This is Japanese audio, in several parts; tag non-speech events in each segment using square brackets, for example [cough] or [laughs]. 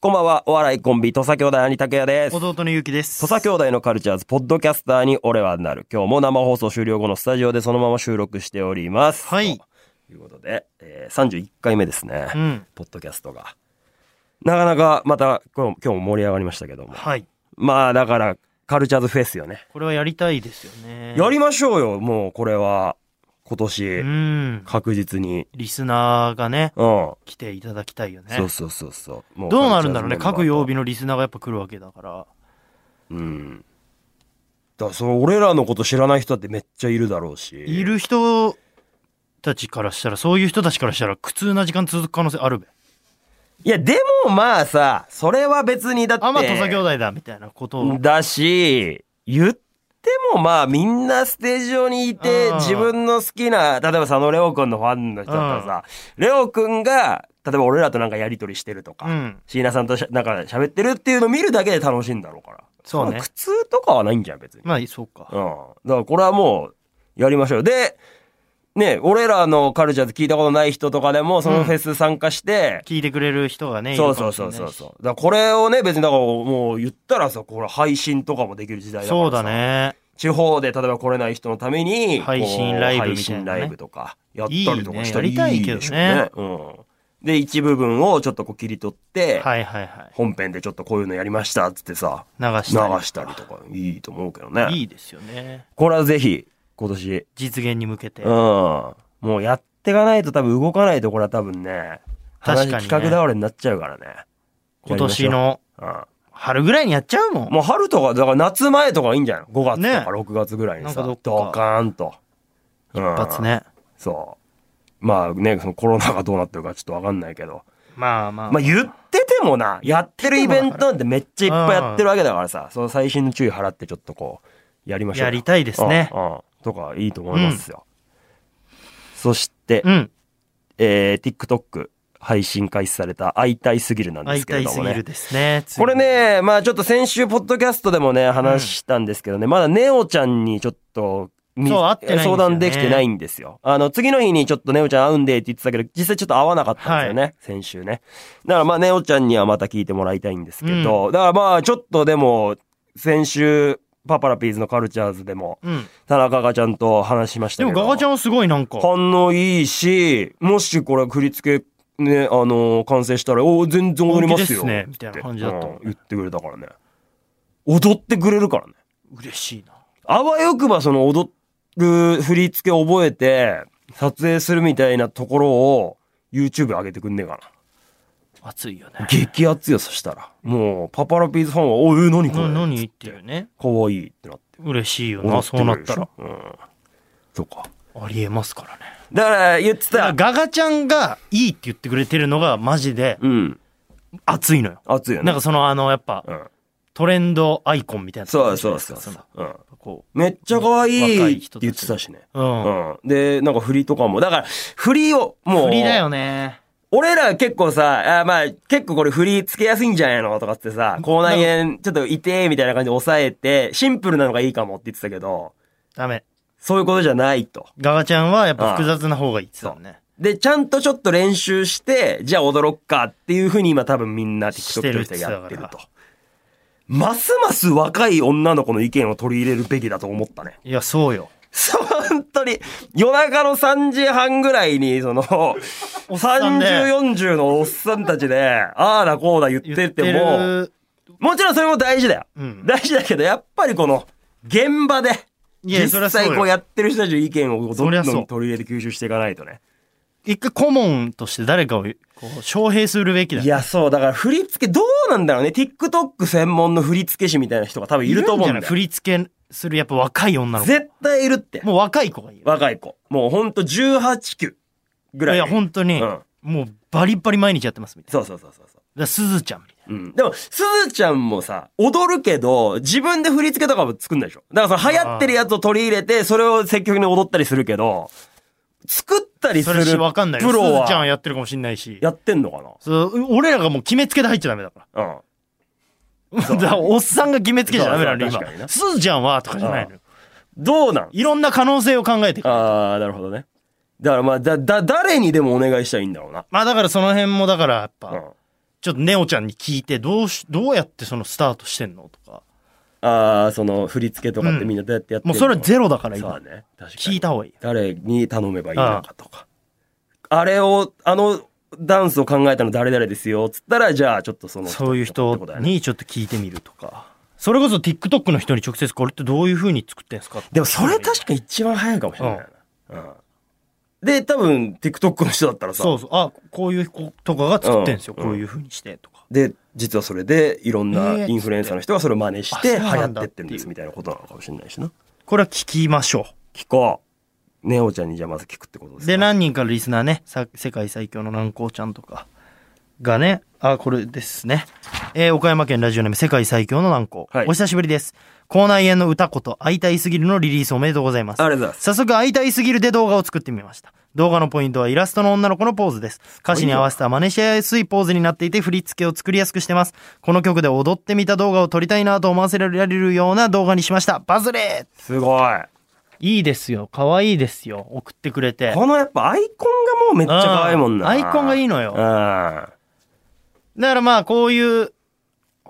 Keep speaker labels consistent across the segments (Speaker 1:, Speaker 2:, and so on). Speaker 1: こんばんは、お笑いコンビ、土佐兄弟兄拓也です。
Speaker 2: 弟のゆうきです。
Speaker 1: 土佐兄弟のカルチャーズ、ポッドキャスターに俺はなる。今日も生放送終了後のスタジオでそのまま収録しております。
Speaker 2: はい
Speaker 1: ということで、えー、31回目ですね、
Speaker 2: うん。
Speaker 1: ポッドキャストが。なかなか、また、今日今日も盛り上がりましたけども。
Speaker 2: はい。
Speaker 1: まあ、だから、カルチャーズフェスよね。
Speaker 2: これはやりたいですよね。
Speaker 1: やりましょうよ、もう、これは。今
Speaker 2: う
Speaker 1: 年、
Speaker 2: ん。
Speaker 1: 確実に。
Speaker 2: リスナーがね、
Speaker 1: うん。
Speaker 2: 来ていただきたいよね。
Speaker 1: そうそうそうそう。も
Speaker 2: どうなるんだろうね。各曜日
Speaker 1: の。
Speaker 2: のリスナーがやっぱ来るわけだから。
Speaker 1: うん。だからその俺らのこと知らない人だってめっちゃいるだろうし。
Speaker 2: いる人たちからしたら、そういう人たちからしたら、苦痛な時間続く可能性あるべ。
Speaker 1: いや、でもまあさ、それは別にだって。
Speaker 2: あ、まあ、土佐兄弟だ、みたいなことを。
Speaker 1: だし、言ってもまあみんなステージ上にいて
Speaker 2: うん、
Speaker 1: 自分の好きな、例えば佐野レオくんのファンの人だったらさ、レオくんが、例えば俺らとなんかやりとりしてるとか、
Speaker 2: うん
Speaker 1: 椎名さんとしゃなんか喋ってるっていうのを見るだけで楽しいんだろうから。
Speaker 2: そうね
Speaker 1: 苦痛とかはないんじゃん、別に。
Speaker 2: まあ、そうか。
Speaker 1: うん。だからこれはもう、やりましょう。で、ね、俺らのカルチャーズ聞いたことない人とかでも、そのフェス参加して、
Speaker 2: 聞いてくれる人がね、いる
Speaker 1: そう
Speaker 2: か
Speaker 1: そ
Speaker 2: も
Speaker 1: う
Speaker 2: しれ
Speaker 1: そ
Speaker 2: ないうし
Speaker 1: そうそう。だからこれをね、別にだからもう言ったらさ、これ配信とかもできる時代だからさ
Speaker 2: そうだ。ね。
Speaker 1: 地方で例えば来れない人のために、
Speaker 2: 配信
Speaker 1: こう
Speaker 2: ライブ
Speaker 1: 配
Speaker 2: みたいなね
Speaker 1: 信ライブとか、やったりとかしたら
Speaker 2: いいねやりたいけどね
Speaker 1: でしょううん。で、一部分をちょっとこう切り取って、
Speaker 2: はいはいはい。
Speaker 1: 本編でちょっとこういうのやりましたっつってさ、
Speaker 2: 流し
Speaker 1: 流
Speaker 2: たり
Speaker 1: したりとか、いいと思うけどね。
Speaker 2: いいですよね。
Speaker 1: これはぜひ、今年、
Speaker 2: 実現に向けて。
Speaker 1: うん。もうやってかないと多分動かないとこれは多分ね、
Speaker 2: 確か
Speaker 1: 話
Speaker 2: にね
Speaker 1: 企画倒れになっちゃうからね。
Speaker 2: 今年の
Speaker 1: やりましょ
Speaker 2: 春ぐらいにやっちゃう
Speaker 1: う。う
Speaker 2: も。
Speaker 1: んん。もう春とか、だから夏前とかいいんじゃない ?5 月
Speaker 2: ね
Speaker 1: とか6月ぐらいにさ、
Speaker 2: なんかどっか
Speaker 1: ドカーンと。一
Speaker 2: 一発。ね。
Speaker 1: そう。まあね、そのコロナがどうなってるかちょっとわかんないけど。
Speaker 2: まあまあ。
Speaker 1: まあ言っててもな、やってるイベントなんてめっちゃいっぱいやってるわけだからさ、その最新の注意払ってちょっとこう、やりましょうよ。
Speaker 2: やりたいですね
Speaker 1: うん。うんとかいいと思いますよ。そして、
Speaker 2: うん。
Speaker 1: えー、TikTok 配信開始された「会いたいすぎる」なんで
Speaker 2: 会
Speaker 1: す
Speaker 2: い
Speaker 1: け
Speaker 2: た
Speaker 1: れ
Speaker 2: い
Speaker 1: ど
Speaker 2: す
Speaker 1: も
Speaker 2: ぎる
Speaker 1: ね。
Speaker 2: ですね。ついに
Speaker 1: これ。ね、まあちょっと先週、ポッドキャストでもね、話したんですけどね、まだネオちゃんにちょっと、に
Speaker 2: そう会ってないんです
Speaker 1: 相
Speaker 2: よね
Speaker 1: 談できてないんですよ。あの、次の日にちょっとネオちゃん会うんでって言ってたけど、実際ちょっと会わなかったんですよね、先週ね。だからまあネオちゃんにはまた聞いてもらいたいんですけど、だからまあちょっとでも、先週、パパラピーズのカルチャーズでも、
Speaker 2: うん。
Speaker 1: 田中がちゃんと話しました
Speaker 2: で
Speaker 1: け
Speaker 2: も
Speaker 1: ど。
Speaker 2: ガガちゃんはすごいなんか。
Speaker 1: 反応いいし、もしこれ振り付け、ね、あのー完成したら、おー全然踊りますよ。
Speaker 2: 本気ですねみ
Speaker 1: った
Speaker 2: い
Speaker 1: て
Speaker 2: な感じだったもんね
Speaker 1: うん言ってくれたからね。踊ってくれるからね。
Speaker 2: 嬉しいな。
Speaker 1: あわよくばその踊る振り付け覚えて、撮影するみたいなところを、YouTube 上げてくんねえか
Speaker 2: 熱いよね
Speaker 1: な。。激アツよ、そしたら。もう、パパラピーズファンは、おい、え何これ
Speaker 2: な何言ってるね。
Speaker 1: かわいいってなって。
Speaker 2: 嬉しいよ
Speaker 1: 踊
Speaker 2: な、
Speaker 1: って
Speaker 2: そう
Speaker 1: く
Speaker 2: な
Speaker 1: れ
Speaker 2: っ
Speaker 1: るで
Speaker 2: た
Speaker 1: し
Speaker 2: ら
Speaker 1: ょ。。うん。そうか。
Speaker 2: ありえますからね。
Speaker 1: だから、言って
Speaker 2: だか
Speaker 1: た。
Speaker 2: らガガちゃんがいいって言ってくれてるのがマジで
Speaker 1: うん。
Speaker 2: 熱いのよ。
Speaker 1: 熱いよね。
Speaker 2: なんかそのあの、やっぱ
Speaker 1: うん。
Speaker 2: トレンドアイコンみたいな。
Speaker 1: そうそうそう
Speaker 2: そ
Speaker 1: そう
Speaker 2: の。
Speaker 1: うん。
Speaker 2: こ
Speaker 1: めっちゃ可愛
Speaker 2: 若
Speaker 1: い
Speaker 2: い
Speaker 1: って
Speaker 2: 人たち
Speaker 1: 言ってたしね。
Speaker 2: う。うん。
Speaker 1: うん。で、なんか振りとかも。だから、振りを、もう。
Speaker 2: 振りだよね。
Speaker 1: 俺ら結構さ、あまあ、結構これ振りつけやすいんじゃないのとかってさ、口内炎ちょっと痛えみたいな感じで抑えて、シンプルなのがいいかもって言ってたけど、
Speaker 2: ダメ。
Speaker 1: そういうことじゃないと。
Speaker 2: ガガちゃんはやっぱ複雑な方がいいって言ってたもんね。
Speaker 1: で、ちゃんとちょっと練習して、じゃあ踊ろっかっていうふうに今多分みんな
Speaker 2: してる
Speaker 1: TikTok でやって
Speaker 2: って
Speaker 1: る
Speaker 2: 言ってた
Speaker 1: と
Speaker 2: か。
Speaker 1: ますます若い女の子の意見を取り入れるべきだと思ったね。
Speaker 2: いや、そうよ。
Speaker 1: そう、本当に、夜中の3時半ぐらいに、その、
Speaker 2: っさ
Speaker 1: 30、
Speaker 2: んで
Speaker 1: 40のおっさんたちで、ああだこうだ言ってても、
Speaker 2: る
Speaker 1: もちろんそれも大事だよ。
Speaker 2: うん
Speaker 1: 大事だけど、やっぱりこの、現場で、
Speaker 2: いや
Speaker 1: 実
Speaker 2: そりゃそうよ
Speaker 1: 際こうやってる人たちの意見をこうど
Speaker 2: そ
Speaker 1: ん
Speaker 2: り
Speaker 1: ど
Speaker 2: ゃそうん
Speaker 1: 取り入れて吸収していかないとね。
Speaker 2: 一回顧問として誰かをこう招聘するべきだ
Speaker 1: いや、そう、だから振り付け、どうなんだろうね。TikTok 専門の振り付け師みたいな人が多分いると思うんだ
Speaker 2: いじゃない振
Speaker 1: よ。
Speaker 2: り付けするやっぱ若い女の子
Speaker 1: 絶対いるって。
Speaker 2: もう若い子がいいよ
Speaker 1: 若い子。もうほんと18、9ぐらい。
Speaker 2: いや本当に、
Speaker 1: うん
Speaker 2: もうバリバリ毎日やってますみたい
Speaker 1: そうそうそうそうそう。
Speaker 2: なすずちゃんみたい
Speaker 1: うん。でも、すずちゃんもさ、踊るけど、自分で振り付けとかも作んないでしょだからその流行ってるやつを取り入れて、それを積極的に踊ったりするけど、作ったりす
Speaker 2: なそ
Speaker 1: る
Speaker 2: れしわかんないよ
Speaker 1: プロ
Speaker 2: すずちゃんは
Speaker 1: は、
Speaker 2: やってるかもしんないし
Speaker 1: やってんのか
Speaker 2: そう俺らがもう決めつけで入っちゃダメだか
Speaker 1: なうん。
Speaker 2: ら [laughs] だからおっさんが決めつけちゃダメなの
Speaker 1: そうそう確かに
Speaker 2: 今
Speaker 1: な
Speaker 2: すずちゃんはとかじゃないのよ
Speaker 1: どうなん
Speaker 2: いろんな可能性を考えていく
Speaker 1: あー、なるほどね。だからまあ、だ、だ、誰にでもお願いしたらいいんだろうな。
Speaker 2: まあだからその辺もだからやっぱ、
Speaker 1: うん。
Speaker 2: ちょっとネオちゃんに聞いて、どうし、どうやってそのスタートしてんのとか。
Speaker 1: ああ、その振り付けとかってみんなどうやってやってん
Speaker 2: も
Speaker 1: の
Speaker 2: うそれはゼロだから
Speaker 1: そうだ
Speaker 2: 今。
Speaker 1: ね。確かに。
Speaker 2: 聞いた方がいい。
Speaker 1: 誰に頼めばいいのかとか。あれを、あのダンスを考えたの誰々ですよ、つったら、じゃあちょっとその
Speaker 2: そういう
Speaker 1: って
Speaker 2: 人
Speaker 1: ことだよね
Speaker 2: にちょっと聞いてみるとか。それこそ TikTok の人に直接これってどういう風に作ってんすかって
Speaker 1: でもそれ確か一番早いかもしれないな。うん。で、多分 TikTok の人だったらさ、
Speaker 2: そうそう。あ、こういう子とかが作ってんすよ。
Speaker 1: うん
Speaker 2: こういう風にしてとか。
Speaker 1: で、実はそれでいろん
Speaker 2: え
Speaker 1: な
Speaker 2: ー
Speaker 1: インフルエンサーの人がそれを真似して流
Speaker 2: あそうな
Speaker 1: 行っ
Speaker 2: んだ
Speaker 1: てってるんですみたいなことなのかもしれないしな。
Speaker 2: これは聞きましょ
Speaker 1: 聞こう。ねおちゃんにじゃあまず聞くってことで
Speaker 2: う。
Speaker 1: すか
Speaker 2: で、何人かリスナーね、さ世界最強の南光ちゃんとかがね、あ、これですね。えー岡山県ラジオネーム世界最強の南光。
Speaker 1: はい
Speaker 2: お久しぶりです。口内炎の歌こと会いたいすぎるのリリースおめでとうございます。
Speaker 1: ありがとうございます。
Speaker 2: 早速会いたいすぎるで動画を作ってみました動画のポイントはイラストの女の子のポーズです歌詞に合わせた真似しやすいポーズになっていて振り付けを作りやすくしてますこの曲で踊ってみた動画を撮りたいなと思わせられるような動画にしましたバズれ
Speaker 1: すごい。
Speaker 2: いいですよ可愛いですよ送ってくれて
Speaker 1: このやっぱアイコンがもうめっちゃ可愛いもんな。
Speaker 2: うんアイコンがいいのよ
Speaker 1: うん。
Speaker 2: だからまあこういう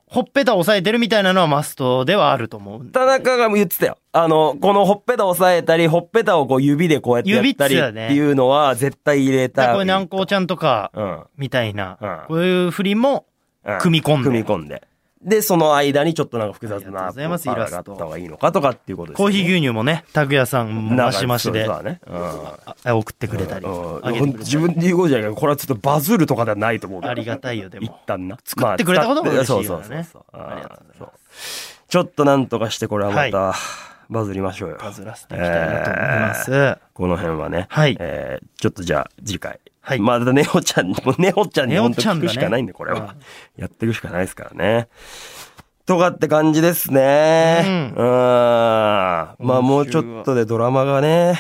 Speaker 2: ほっぺた押さえてるみたいなのはマストではあると思うんで
Speaker 1: 田中が言ってたよ。あの、このほっぺた押さえたり、ほっぺたをこう指でこうやってやったり
Speaker 2: 指っつうよ
Speaker 1: っ
Speaker 2: ね
Speaker 1: ていうのは絶対入れ
Speaker 2: だから
Speaker 1: た。
Speaker 2: こういう南光ちゃんとか
Speaker 1: うん。
Speaker 2: みたいな、
Speaker 1: うん
Speaker 2: こういう振りも
Speaker 1: うん
Speaker 2: 組み込んで
Speaker 1: 組み込んで。で、その間にちょっとなんか複雑な。
Speaker 2: ありがとうございますイラスト
Speaker 1: あった方がいいのかとかっていうことです
Speaker 2: コ
Speaker 1: よ
Speaker 2: ー
Speaker 1: ね。
Speaker 2: ヒー牛乳もね拓也さんも
Speaker 1: なん
Speaker 2: マ
Speaker 1: か
Speaker 2: シマシで
Speaker 1: そうだね。うん
Speaker 2: あ送ってくれたり
Speaker 1: うん
Speaker 2: あげてくれたり
Speaker 1: 自分で言うことじゃないけど、これはちょっとバズるとかではないと思うけど
Speaker 2: ありがたいよで
Speaker 1: 一
Speaker 2: も
Speaker 1: 旦な。
Speaker 2: 作ってくれたことが嬉しいよね
Speaker 1: まあ使ってそうそうそうそう。。
Speaker 2: ありがとうございます
Speaker 1: ちょっとなんとかしてこれはまた、バズりましょうよ。
Speaker 2: バズらせていきたいなと思います、
Speaker 1: この辺はね。
Speaker 2: はい
Speaker 1: えーちょっとじゃあ次回。
Speaker 2: はい
Speaker 1: まだネオちゃんに、もうネオちゃんに
Speaker 2: ネオ
Speaker 1: 本当
Speaker 2: ちゃ
Speaker 1: 聞
Speaker 2: んだね
Speaker 1: くしかないんで、これ
Speaker 2: うん
Speaker 1: は。やっていくしかないですからね。とかって感じですね。
Speaker 2: う
Speaker 1: うん。まあもうちょっとでドラマがね、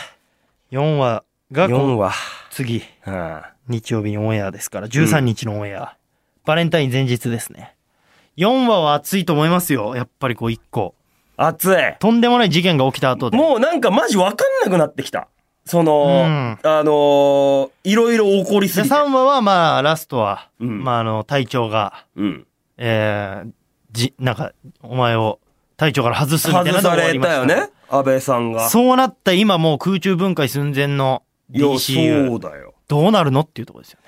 Speaker 2: 4話が
Speaker 1: 4
Speaker 2: こ
Speaker 1: 話。
Speaker 2: 次
Speaker 1: うん
Speaker 2: 日曜日にオンエアですから13日のオンエア、バレンタイン前日ですね4話は熱いと思いますよやっぱりこう1個
Speaker 1: 熱い。
Speaker 2: とんでもない事件が起きた後で
Speaker 1: もうなんかマジわかんなくなってきた。その、
Speaker 2: うん
Speaker 1: あのーいろいろ起こりす
Speaker 2: で
Speaker 1: ぎて。
Speaker 2: 3話はまあラストは、
Speaker 1: うん
Speaker 2: まああの隊長が
Speaker 1: うん。
Speaker 2: えー、じなんかお前を隊長から外すみたいな
Speaker 1: 外
Speaker 2: の
Speaker 1: さ
Speaker 2: が終わ
Speaker 1: れ
Speaker 2: りました
Speaker 1: よね。安倍さんが。
Speaker 2: そうなった今もう空中分解寸前の
Speaker 1: いや、
Speaker 2: DCU
Speaker 1: そうだよ。
Speaker 2: どうなるのっていうところですよね。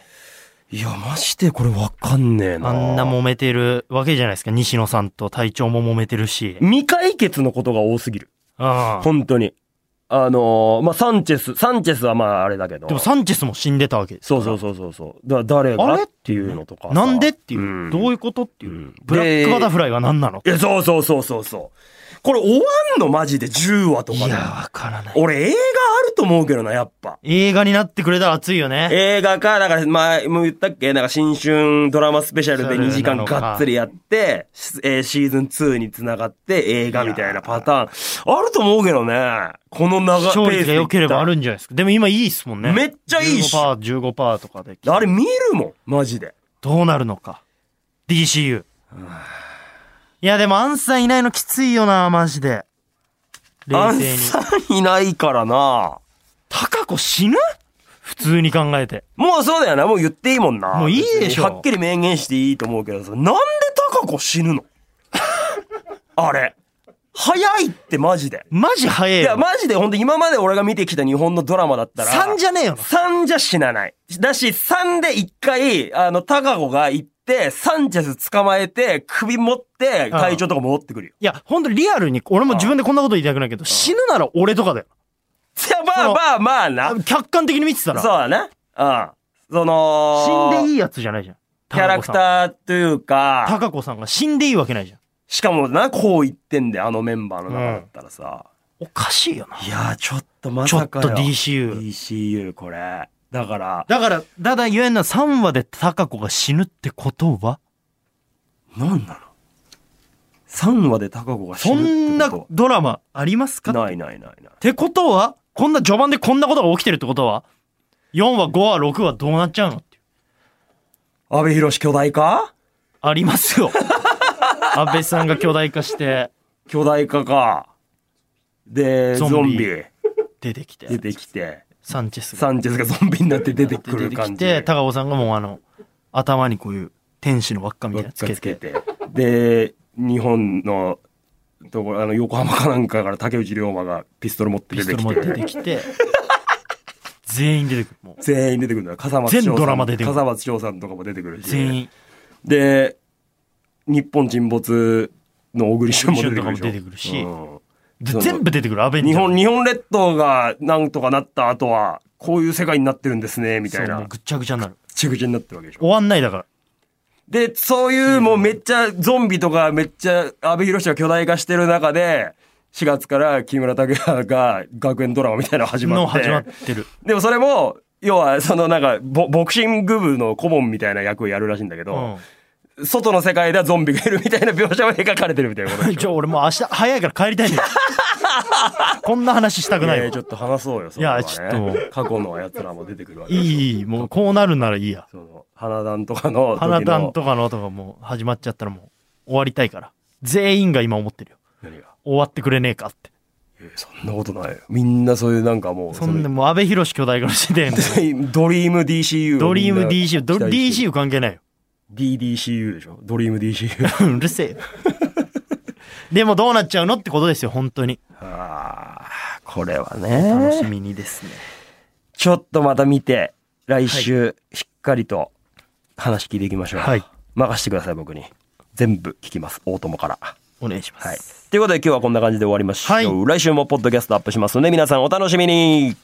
Speaker 1: いや、マジでこれわかんねえな。
Speaker 2: あんな揉めてるわけじゃないですか。西野さんと隊長も揉めてるし。
Speaker 1: 未解決のことが多すぎる。
Speaker 2: ああ
Speaker 1: 本当に。あのーまあ、サンチェス、サンチェスはまああれだけど。
Speaker 2: でもサンチェスも死んでたわけですか
Speaker 1: そ
Speaker 2: ら。
Speaker 1: うそうそうそうそう。だ誰が
Speaker 2: あれ
Speaker 1: っていうのとかさ。
Speaker 2: なんでっていう、
Speaker 1: ん
Speaker 2: どういうことっていう、
Speaker 1: うん
Speaker 2: ブラックバタフライは何なの
Speaker 1: いや、そうそうそうそうそう。これ終わんのマジで10話と
Speaker 2: い
Speaker 1: かで
Speaker 2: や。わからない。
Speaker 1: 俺映画あると思うけどな、やっぱ。
Speaker 2: 映画になってくれたら熱いよね。
Speaker 1: 映画か、だから前も言ったっけなんか新春ドラマスペシャルで2時間がっつりやって、しえーシーズン2に繋がって映画みたいなパターン。あると思うけどね。この長
Speaker 2: 視聴率が良ければあ
Speaker 1: る。
Speaker 2: るんじゃないですか。でも今いいっすもんね。
Speaker 1: めっちゃいいっしょ
Speaker 2: 15%、15%とかで。
Speaker 1: あれ見るもん、マジで。
Speaker 2: どうなるのか。DCU。いや、でも、アンさんいないのきついよな、マジで。
Speaker 1: ア
Speaker 2: 冷
Speaker 1: ン
Speaker 2: 静に。
Speaker 1: さんいないからな。
Speaker 2: タカコ死ぬ普通に考えて。
Speaker 1: もうそうだよな、もう言っていいもんな。
Speaker 2: もういいで
Speaker 1: 別
Speaker 2: しょ
Speaker 1: にはっきり明言していいと思うけどさ、なんで高子死ぬの [laughs] あれ。早いってマジで。
Speaker 2: マジ早え
Speaker 1: い
Speaker 2: よ。
Speaker 1: や、マジで本当今まで俺が見てきた日本のドラマだったら。
Speaker 2: 3じゃねえよな。
Speaker 1: 3じゃ死なない。だし、3で一回、あの、タカゴが行って、サンチェス捕まえて、首持って、隊長とか戻ってくるよ。
Speaker 2: いや、ほんとリアルに、俺も自分でこんなこと言いたくないけど、死ぬなら俺とかだよ。
Speaker 1: いや、まあまあまあな。そう
Speaker 2: 客観的に見てたら、
Speaker 1: だね。うん。その、
Speaker 2: 死んでい
Speaker 1: い
Speaker 2: いやつじゃないじゃん。
Speaker 1: キャラク
Speaker 2: ー。
Speaker 1: ターという
Speaker 2: タ
Speaker 1: か、
Speaker 2: カコさんが死んでいいわけないじゃん。
Speaker 1: しかもな、こう言ってんで、あのメンバーの中だったらさ。
Speaker 2: おかしいよな。
Speaker 1: いやー、ちょっとま
Speaker 2: ちょっ
Speaker 1: さ
Speaker 2: と
Speaker 1: かよ。
Speaker 2: DCU。
Speaker 1: DCU、これ。だから、
Speaker 2: だから、ただ言えんのは3話でタカコが死ぬってことは
Speaker 1: なんなの ?3 話で高子が死
Speaker 2: そん
Speaker 1: ぬって
Speaker 2: な
Speaker 1: こ
Speaker 2: ドラマあります
Speaker 1: と
Speaker 2: かっ
Speaker 1: ないないないない。
Speaker 2: てことは、こんな序盤でこんなことが起きてるってことは、4話、5話、6話どうなっちゃうのっていう。
Speaker 1: 安倍博士巨大化
Speaker 2: ありま
Speaker 1: [laughs]
Speaker 2: すよ。安倍さんが巨大化して
Speaker 1: 巨大化か。で、
Speaker 2: ゾ
Speaker 1: ゾ
Speaker 2: ン
Speaker 1: ン
Speaker 2: ビ
Speaker 1: ビ
Speaker 2: 出てき
Speaker 1: 出
Speaker 2: て、
Speaker 1: てきて、
Speaker 2: サンチェスが
Speaker 1: サンチェスがゾンビになって出てく
Speaker 2: 出
Speaker 1: る
Speaker 2: てき
Speaker 1: 感じ。
Speaker 2: て、高尾さんがもうあの、頭にこういう天使の輪っかみたいな
Speaker 1: つ
Speaker 2: つけ
Speaker 1: け
Speaker 2: て。
Speaker 1: て。で、日本の、ところ、あの、横浜かなんかから竹内龍馬がピストル持って
Speaker 2: ピ
Speaker 1: 出て
Speaker 2: ストル
Speaker 1: き
Speaker 2: 持ってて出。てきて、 [laughs] 全員出てくる。もう
Speaker 1: 全員出てくるんだよ。笠松翔さん。
Speaker 2: 全ドラマ出てくる
Speaker 1: 笠松翔さんとかも出てくるし。
Speaker 2: 全員、
Speaker 1: で、日本沈没の小栗旬も出てくるでしょ
Speaker 2: 小栗旬とかも出てくるし
Speaker 1: うん
Speaker 2: で
Speaker 1: その
Speaker 2: 全部出てくる、アベンジャ
Speaker 1: 日
Speaker 2: ーズ。
Speaker 1: 本、日本列島がなんとかなった後は、こういう世界になってるんですね、みたい
Speaker 2: そうも
Speaker 1: な
Speaker 2: う。ぐっちゃぐちゃになる。
Speaker 1: ぐちゃぐちゃになってるわけでしょ。
Speaker 2: 終わんないだから。
Speaker 1: で、そういうもうめっちゃゾンビとかめっちゃ安倍博士が巨大化してる中で、4月から木村拓哉が学園ドラマみたいなの始ま
Speaker 2: の
Speaker 1: って。
Speaker 2: 始まってる。
Speaker 1: でもそれも、要はそのなんかボ、ボクシング部の顧問みたいな役をやるらしいんだけ
Speaker 2: うん
Speaker 1: ど、。外の世界ではゾンビがいるみたいな描写を描かれてるみたいな
Speaker 2: [laughs]
Speaker 1: ことでしょ
Speaker 2: じゃあ俺もう明日早いから帰りたいんだよ。 [laughs] こんな話したくない
Speaker 1: いやいや
Speaker 2: よ
Speaker 1: ちょっと話そうよ、そ
Speaker 2: いや
Speaker 1: こはね
Speaker 2: ちょっと
Speaker 1: 過去のやつらも出てくるわけ
Speaker 2: い
Speaker 1: でしょ
Speaker 2: いいい、もうこうなるならいいや。
Speaker 1: その、花壇とかの時の。
Speaker 2: 花壇とかのとかもう始まっちゃったらもう終わりたいから。全員が今思ってるよ。
Speaker 1: 何が
Speaker 2: 終わってくれねえかって。
Speaker 1: いやそんなことないよ。みんなそういうなんかもう、
Speaker 2: そんで
Speaker 1: そ
Speaker 2: もう安倍博士巨大化して [laughs] んだよ
Speaker 1: の [laughs] ドリーム DCU を
Speaker 2: ドリーム
Speaker 1: みんな
Speaker 2: DCU、ド
Speaker 1: 期待してる
Speaker 2: DCU 関係ないよ。 [laughs]
Speaker 1: DDCU でしょドリーム DCU。
Speaker 2: うるせえよ。 [laughs] でもどうなっちゃうのってことですよ、本当に。
Speaker 1: ああ、これは
Speaker 2: 楽し
Speaker 1: ね。
Speaker 2: みにですね。
Speaker 1: ちょっとまた見て、来週、しっかりと話聞いていきましょう。
Speaker 2: はい
Speaker 1: 任してください、僕に。全部聞きます。大友から。
Speaker 2: お願いします。
Speaker 1: はい。ということで今日はこんな感じで終わりましょう。
Speaker 2: はい
Speaker 1: 来週もポッドキャストアップしますので、皆さんお楽しみに